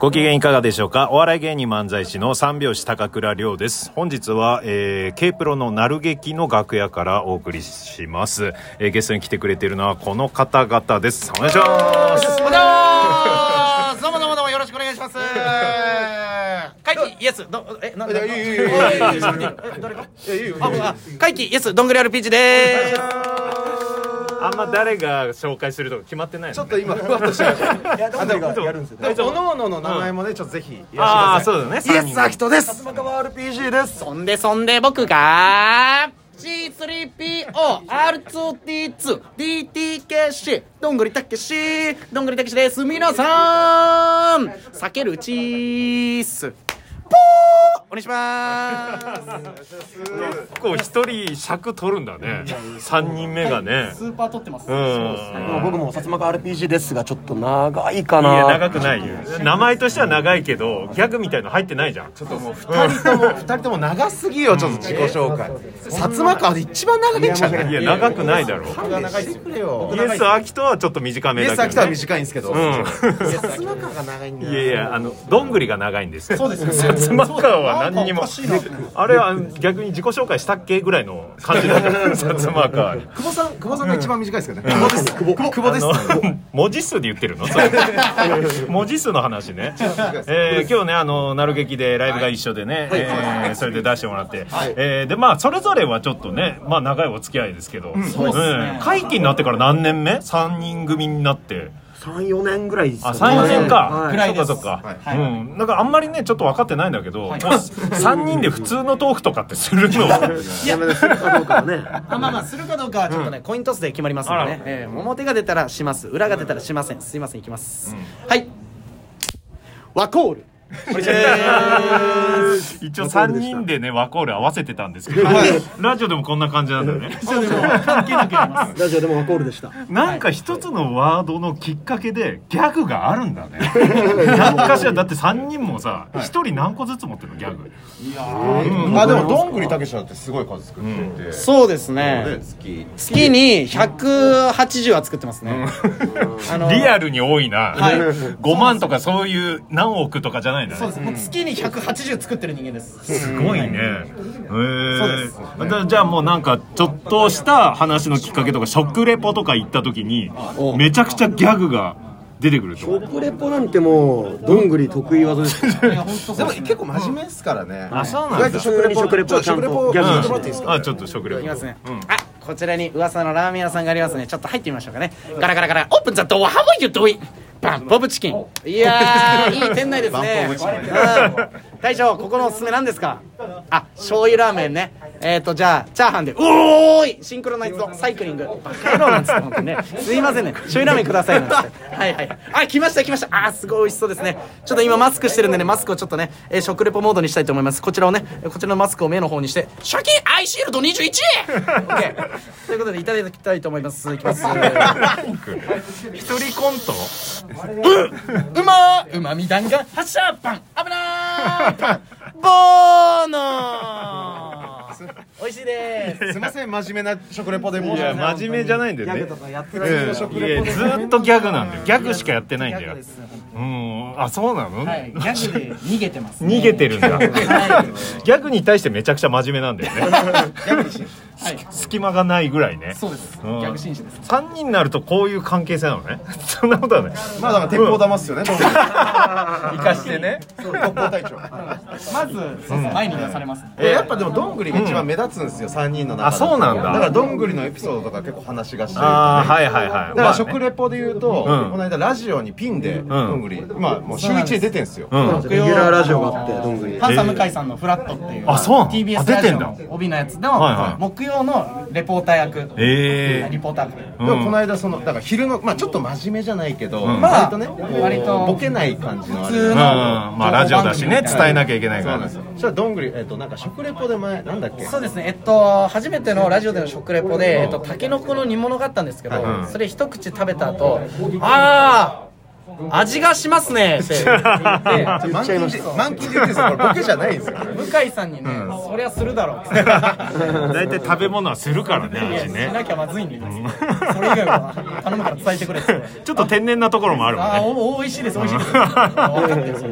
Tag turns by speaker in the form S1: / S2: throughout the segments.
S1: ご機嫌いかがでしょうかお笑い芸人漫才師の三拍子高倉涼です。本日は、えー、K プロのなる劇の楽屋からお送りします。えー、ゲストに来てくれているのはこの方々です。お願いします。
S2: どうもどうもどうもどうもよろしくお願いします。会期イエスどえななな誰かあもうあ会期イエスどんぐり RPG で
S1: あんま誰が紹介するとか決まってないの、ね、ちょっと今、
S3: あでもやるんですよ。
S2: す。おのおのの
S3: 名前もねちょっとぜひ。
S1: ああ、そうだね。
S3: イ
S1: 三
S3: エ
S1: 人
S3: スアキトです。スマカワ RPG です。
S2: そんでそんで僕が C3POR2D2DTKC どんぐりたけしどんぐりたけしです皆さん避けるチースポーお願いします
S1: 結構一人尺取るんだね。三人目がね。
S2: スーパー撮ってます
S1: うん。
S3: 僕も薩摩川 RPG ですがちょっと長いか
S1: いや、
S3: な。
S1: 長くないよ。名前としては長いけど、ギャグみたいの入ってないじゃん。
S3: 二人とも二人とも長すぎよちょっと自己紹介。薩摩川で一番長いんじゃない。
S1: いや、長くないだろう。
S3: 長いですよ。
S1: イエス・アキトはちょっと短め
S3: イエ
S1: だけ
S3: ス
S1: ど、
S3: ア
S1: ね。
S3: キトは短いんですけど。
S1: うん。
S3: 薩摩川が長いんだ
S1: いやいや、あの、どんぐりが長いんですそうですね。薩摩川は何にも。あれはあの逆に自己紹介したっけぐらいの感じだった。 薩摩川に。
S3: 久保さん久保さんが一番短いですけどね。久保です。久保久保です。
S1: 文字数で言ってるのそれ文字数の話ね、えー今日ねあのなる劇でライブが一緒でね、えーそれで出してもらって、えーでまあそれぞれはちょっとねまあ長いお付き合いですけど、うん会期になってから何年目 ?3 人組になって
S3: 三四年ぐらいです
S1: あ三4年か、
S3: はい
S1: そっかそっか、うんなんかあんまりねちょっと分かってないんだけど、もう3人で普通のトークとかってするの
S3: やめなさいかどうかはね。
S2: あまあまあするかどうかはちょっとね、コイントスで決まりますんで
S1: あら
S2: ね、えー表が出たらします裏が出たらしませんすいませんいきます、はいワコール
S1: 一応3人でねワコール合わせてたんですけどラジオでもこんな感じなんだよね
S3: ラジオでもワコールでした。
S1: なんか一つのワードのきっかけでギャグがあるんだね。何かしらだって3人もさ、1人何個ずつ持ってるのギャグ。
S4: あでもどんぐりたけしだってすごい数作っていて、
S2: そうですね
S4: 月
S2: 月に180は作ってますね、あの
S1: リアルに多いな。
S2: い
S1: 5万とかそういう何億とかじゃないんだ
S2: そう
S1: ね
S2: で。すもう月に180作ってる人間です
S1: すごいね。へえ。だじゃあもうなんかちょっとした話のきっかけとか食レポとか行った時にめちゃくちゃギャグが出てくると。
S3: 食レポなんてもうどんぐり得意技です。
S4: でも結構真面目ですからね、
S1: あ、そう
S4: 意外と食レポ
S3: 食レポ
S4: ちょっと食レポ
S3: ちゃんと
S4: やってもらっていいですか、
S1: あ、ちょっと食レポ。
S2: いきますね、あこちらに噂のラーメン屋さんがありますねちょっと入ってみましょうかねガラガラガラオープンザドアハワイユドイバンポブチキンいやーいい店内ですねうん大将ここのおすすめなんですかあ醤油ラーメンねえっ、ー、とじゃあチャーハンでおーいシンクロナイズドサイクリングバカ野郎なんですよ本当にねすいませんね醤油ラーメンくださいなんつってはいはいあ来ました来ましたあーすごい美味しそうですねちょっと今マスクしてるんでねマスクをちょっとね、えー食レポモードにしたいと思いますこちらをねこちらのマスクを目の方にしてシャキアイシールド 21! オッケーということでいただきたいと思いますいきます
S1: 一人コント
S2: うまーうまみ弾丸発射パン危ない パンボーノー美味しいです
S4: すいません真面目な食レポで申し
S1: い
S4: 訳
S1: や
S4: ない
S1: 真面目じゃないんだよね
S4: でしょ
S1: うんいやずーっとギャグなんだよギャグしかやってないんだよ
S2: ギャグです
S1: うんあそうなの、
S2: はいギャグで逃げてますね
S1: 逃げてるんだ
S2: はい
S1: ギャグに対してめちゃくちゃ真面目なんだよね
S2: はい
S1: 隙間がないぐらいね
S2: そうですギ
S1: うん
S2: ャグ紳士です
S1: 3人になるとこういう関係性なのねそんなことはない
S4: まあだから鉄砲玉っすよねどんぐり
S1: 生かしてね
S4: そう鉄砲隊長
S2: まずそうそう前に出されます
S4: えやっぱでもどんぐりが一番目立つんですよ、三人の中で
S1: あそうなんだ
S4: だからどんぐりのエピソードとか結構話がしてる
S1: ああはいはいはい
S4: だか
S1: ま
S4: ら
S1: あね
S4: 食レポで言うと、
S1: うん
S4: この間ラジオにピンで、どんぐりまあもう週一で出てんすよ、
S1: うん
S3: レギュラーラジオがあってどんぐり。
S2: パンサー向井さんの「フラットっていう
S1: あそうなのあ
S2: TBS
S1: 出
S2: ラ
S1: て
S2: ジ
S1: ん
S2: オ
S1: だ
S2: の帯のやつ
S1: はいはい
S2: の木曜のレポーター役
S1: え
S2: リポーター役
S1: え
S4: でもこの間そのだから昼のまあちょっと真面目じゃないけど、
S2: まあ
S4: 割とねこう
S2: 割と
S4: ボケない感じのあれ
S2: 普通
S1: うん、
S2: の
S1: まあラジオだしね伝えなきゃいけない
S4: そう
S1: か
S4: なん
S1: ら
S4: ですよそしたらどんぐりえっ、となんか食レポで前なんだっけ
S2: そうですね、えっと、初めてのラジオでの食レポで、えっと、タケノコの煮物があったんですけど、それ一口食べた後、ああ味がしますねって言って
S4: 満金で満金で言ってるんですよこれボケじゃないんですよ
S2: 向井さんにね、そりゃするだろうって
S1: 大体食べ物はするからね
S2: いや
S1: 味
S2: し
S1: ね
S2: なきゃまずいんで、それ以外は頼むから伝えてくれって
S1: ちょっと天然なところもあるもん
S2: ああ
S1: ね
S2: おおいしいですおいしいです分かってるそれ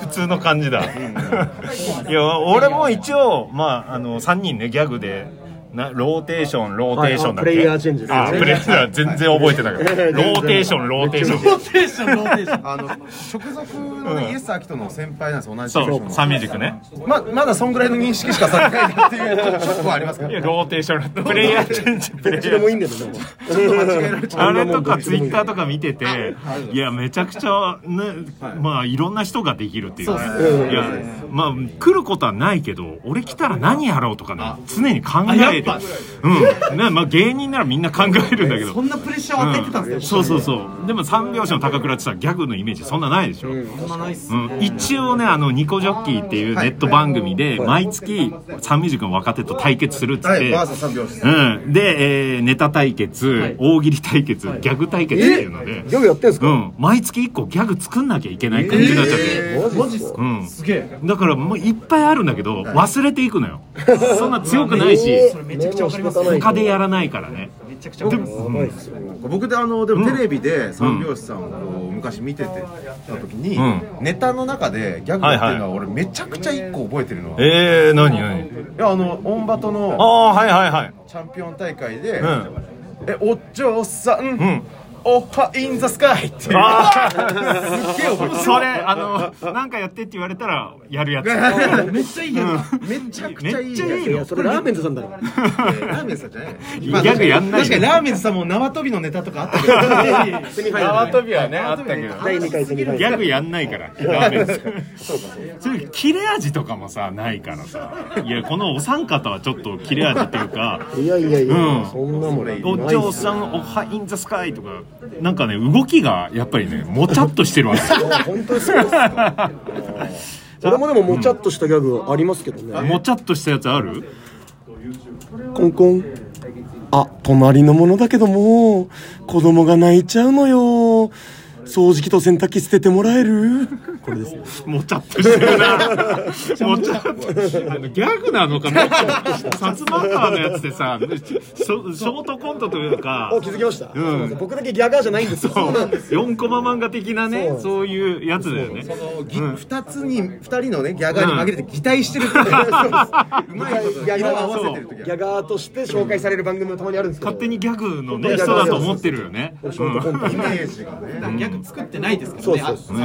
S1: 普通の感じだ いや俺も一応まああの3人ねギャグでなローテーションローテーションだっけ、
S5: はいあプレイヤーチェンジですね
S1: あプレイヤー全然覚えてない ローテーションローテーション
S2: テーションローテーション
S4: あの直属のねイエス・アキトの先輩なんです同じ
S1: そ
S4: 事
S1: う
S4: 務所
S1: サン
S4: の
S1: ミュージックね
S4: ままだそんぐらいの認識しかされてないなっていうちょっとショックはありますけど
S1: いやローテーションプレイヤーチェンジプレイ
S5: ち
S1: ヤ
S5: で
S1: ー
S5: もいいんだけどね
S1: あれとかツイッターとか見てて、いや、めちゃくちゃ、ね、まあ、いろんな人ができるっていうねいや、まあ、来ることはないけど、俺来たら何やろうとかね、常に考えて、うん。ね、まあ、芸人ならみんな考えるんだけど。
S2: そんなプレッシャーを与えてたんですよ、
S1: そうそうそうでも三拍子の高倉ってさギャグのイメージそんなないでしょ、うん
S2: そんなないっす
S1: 一応ねあのニコジョッキーっていうネット番組で毎月サンミュージックの若手と対決するっつって、
S4: はいバーサス3拍子
S1: うん、で、えーネタ対決、大喜利対決、ギャグ対決っていうので、
S5: ギャグやってんす
S1: う
S5: か、
S1: ん、毎月1個ギャグ作んなきゃいけない感じになっちゃって、
S5: マジっすか
S1: うん、だからもういっぱいあるんだけど忘れていく のよそんな強くないし
S5: めちゃくちゃわかりますね
S1: 他でやらないからねで
S5: やばいっすよ
S4: 僕であのでもテレビで三拍子さんをこう昔見ててた時に、
S1: う
S4: ネタの中でギャグやってるのは俺めちゃくちゃ一個覚えてるのは、
S1: えー、何何
S4: いやあのオンバト
S1: あ
S4: の
S1: あはいはいはい
S4: チャンピオン大会で、
S1: うん
S4: えお嬢さん、
S1: ん
S4: おはインザスカイって
S1: あ
S4: すっげえ覚え
S1: あ
S4: てる
S1: それあのなんかやってって言われたらやるやつ
S2: めっちゃいいや
S4: めちゃくちゃいい
S1: めっちゃい
S5: いやそれラーメンズさんだろ
S4: ラーメンズさんじゃない
S1: ギャグやんないよ
S4: 確かにラーメンズさんも縄跳びのネタとかあったけど
S1: 縄跳びはねあったけど
S5: 第2回セミファイ
S1: ギ
S5: ナ
S1: ャ
S5: ル
S1: グやんないからラーメンズそれ切れ味とかもさないからさいやこのお三方はちょっと切れ味っていうか
S5: いやいやいや、
S1: うん
S5: そんなもんないっ
S1: お嬢
S5: す
S1: さんおはインザスカイとかなんかね動きがやっぱりねもちゃっとしてるわけ よ
S5: 本当にそうですか俺もでももちゃっとしたギャグありますけどね、
S1: もちゃっとしたやつあ る
S5: コンコンあ隣のものだけども子供が泣いちゃうのよ掃除機と洗濯機捨ててもらえるこれです
S1: もちゃっとしてるな。 もちゃっと。あのギャグなのかな。薩摩川のやつでさ、ショショートコントという か。
S5: お気づきました、
S1: ん
S5: すいません僕だけギャガーじゃないんですよ
S1: 4コマ漫画的なね
S5: そう
S1: そういうやつだよね
S4: ぎ二つに二人のねギャガーに紛れて擬態してるっていううまいこと色を合わせてる時
S5: ギャガーとして紹介される番組もたまにあるんですけど
S1: 勝手にギャグの
S5: う
S1: ね
S5: ん
S1: 人だと思ってるよね、うん
S4: イメージがね
S2: ギャグ作ってないですから
S5: そう
S2: ね
S5: そう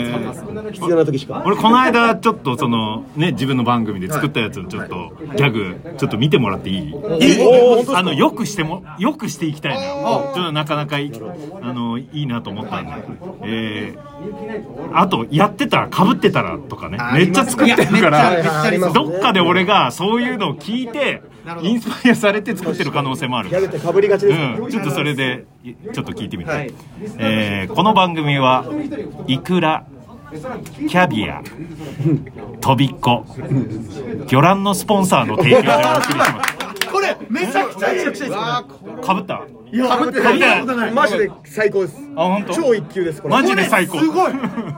S1: ね
S5: 必要な時しか
S1: 俺この間ちょっとそのね自分の番組で作ったやつのちょっとギャグちょっと見てもらっていいあのよくしてもよくしていきたいのよちょっとなかなかいあのいいなと思ったんで、えーあとやってたらかぶってたらとかねめっちゃ作ってるか
S2: いやめっちゃ
S5: ありま
S1: ら
S5: すね
S1: どっかで俺がそういうのを聞いてインスパイアされて作ってる可能性もある
S5: ギャグってかぶりがちですから、
S1: うん、ちょっとそれでちょっと聞いてみたい、えーこの番組はイクラキャビアとびっこ魚卵のスポンサーの提供でお送りします
S2: これめちゃくちゃいいです
S1: かぶった
S5: いや、
S1: ってない
S5: 被ってないマジで最高です。
S1: あ本当
S5: 超一級です、これ。
S1: マジで最高
S2: すごい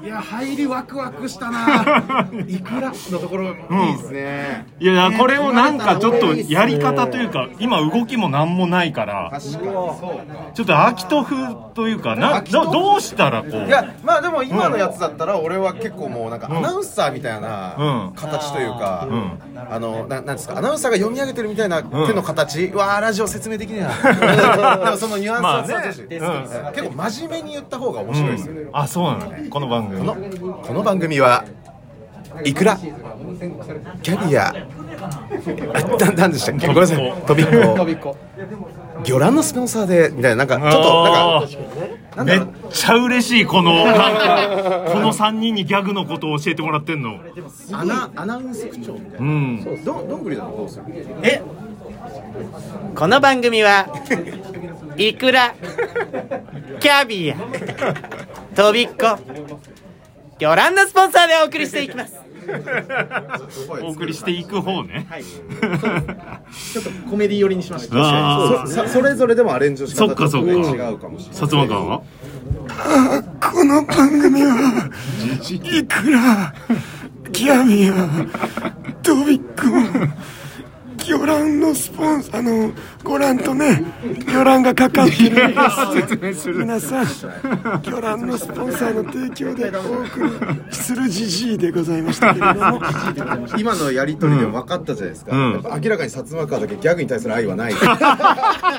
S4: いや入りワクワクしたないくらのところいいですね
S1: いや これをなんかちょっとやり方というか今動きも何もないから
S4: 確かにそう
S1: ちょっと秋と風というかなどどうしたらこ
S4: いうやまあでも今のやつだったら俺は結構もうなんかアナウンサーみたいな
S1: うん
S4: 形というか、
S1: う
S4: あのななんですかアナウンサーが読み上げてるみたいな手の形、うわーラジオ説明できねえ なでもそのニュアンスはそうですし、
S1: まあね
S4: うん結構真面目に言った方が面白いですよね、
S1: あそうなのこの番組
S4: このこの番組はいくらキャビアあななんでしたっけごめんなさい飛びっこ魚卵のスポンサーでみたいななんかちょっとなんか
S1: あーめっちゃ嬉しいこのなんかこの3人にギャグのことを教えてもらってんの
S4: アナアナウンス口調みたいな
S1: うん
S4: どどんぐりだとどうする
S2: えこの番組はイクラキャビアとびっこ魚卵のスポンサーでお送りしていきます
S1: お送りしていく方ね
S2: コメディ寄りにしました
S1: あ
S4: そそれぞれでもアレンジをし
S1: そっかそっか
S4: 違うかもしれない
S1: ー薩摩川は
S5: あこの番組はいくらギャビアトビックも魚卵のスポンサーのご覧とね魚卵がかかってるんです皆さん魚卵のスポンサーの提供でお送りするじじいでございましたけれども
S4: 今のやり取りでも分かったじゃないですか、やっぱ明らかに薩摩川だけギャグに対する愛はない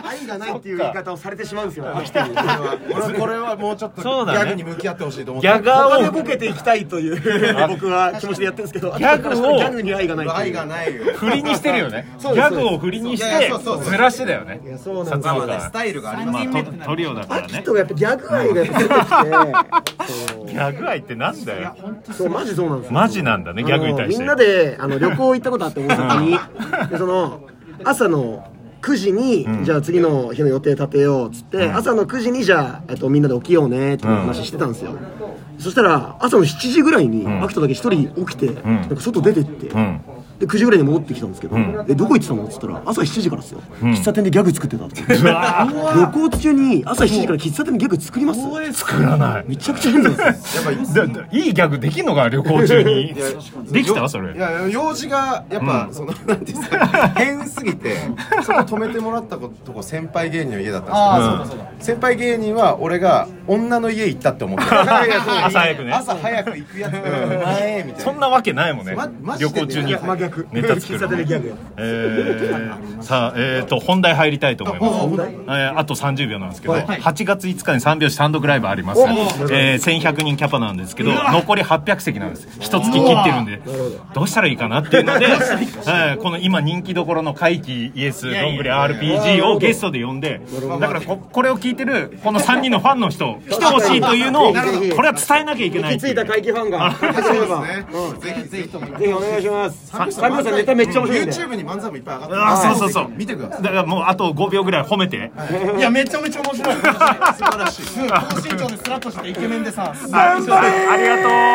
S3: 愛がないっていう言い方をされてしまうんですよ
S4: 俺はこれはもうちょっとギ
S1: そうだね
S4: ャグに向き合ってほしいと思って
S1: ギャガ
S3: 金
S1: ーを
S3: ボケていきたいという僕は気持ちでやってるんですけどギ
S1: ャグを
S3: ギャグに愛がない
S4: 愛がないよ
S1: 振りにしてるよねギ
S4: うです
S1: ャグを振りにし
S4: いやい
S1: て
S4: やそうそうそう
S1: ずらしてだよね
S3: そうなんです
S4: まあねスタイルがあります
S1: まあトトリオだからね
S3: とやっぱギャグ愛が出てき
S1: ギャグ愛ってなんだよ
S3: て そうマジそうなんですよ
S1: マジなんだねギャグに対して
S3: あのみんなであの旅行行ったことあって大阪にでその朝の9時に、じゃあ次の日の予定立てようっつって、朝の9時にじゃあ、えっと、みんなで起きようねっていう話してたんですよ、そしたら朝の7時ぐらいに、アキトだけ一人起きて、なんか外出てって、
S1: ん
S3: で9時ぐらいに戻ってきたんですけど、えどこ行ってたのっつったら朝7時からですよ、喫茶店でギャグ作ってたって旅行中に朝7時から喫茶店でギャグ作ります
S1: 作らない
S3: めちゃくちゃ変なんですよ
S1: だだいいギャグできんのか旅行中にできたそ
S4: い
S1: れ
S4: や用事がやっぱ、そのなんていうんですか変すぎ てそこ止めてもらったことこ先輩芸人の家だったんですけど、先輩芸人は俺が女の家行ったって思ってた
S1: 朝 早くね
S4: 朝早く行くやつだから 前みたいな
S1: そんなわけないもんね
S4: まマジ
S1: 旅
S4: で
S1: 行
S4: ね
S1: 中に
S4: 真
S1: ネタ作
S3: 喫茶店で
S1: る
S3: ギャグ
S1: えーさあえっと本題入りたいと思います
S4: 本題
S1: えーあと30秒なんですけど8月5日に3拍子単独ライブありますえー1100人キャパなんですけど残り800席なんです一月切ってるんでどうしたらいいかなっていうの でえーこの今人気どころの怪奇イエスどんぐり RPG をゲストで呼んでだからここれを聞いてるこの3人のファンの 人来てほしいというのをこれは伝えなきゃいけない
S3: 気
S1: って
S3: づ
S1: い
S3: いうた怪奇ファンが
S4: ね、ぜひぜひ
S3: ぜひお願いします。三秒さんネタめっちゃ面白いんで。
S4: YouTube に漫才もいっぱい上がって
S1: あそうそうそう
S4: 見てください
S1: だからもうあと5秒ぐらい褒めて
S6: いやめちゃめちゃ面白い素晴らしい高身長でスラッとしてイケメンでさ
S1: ありがとう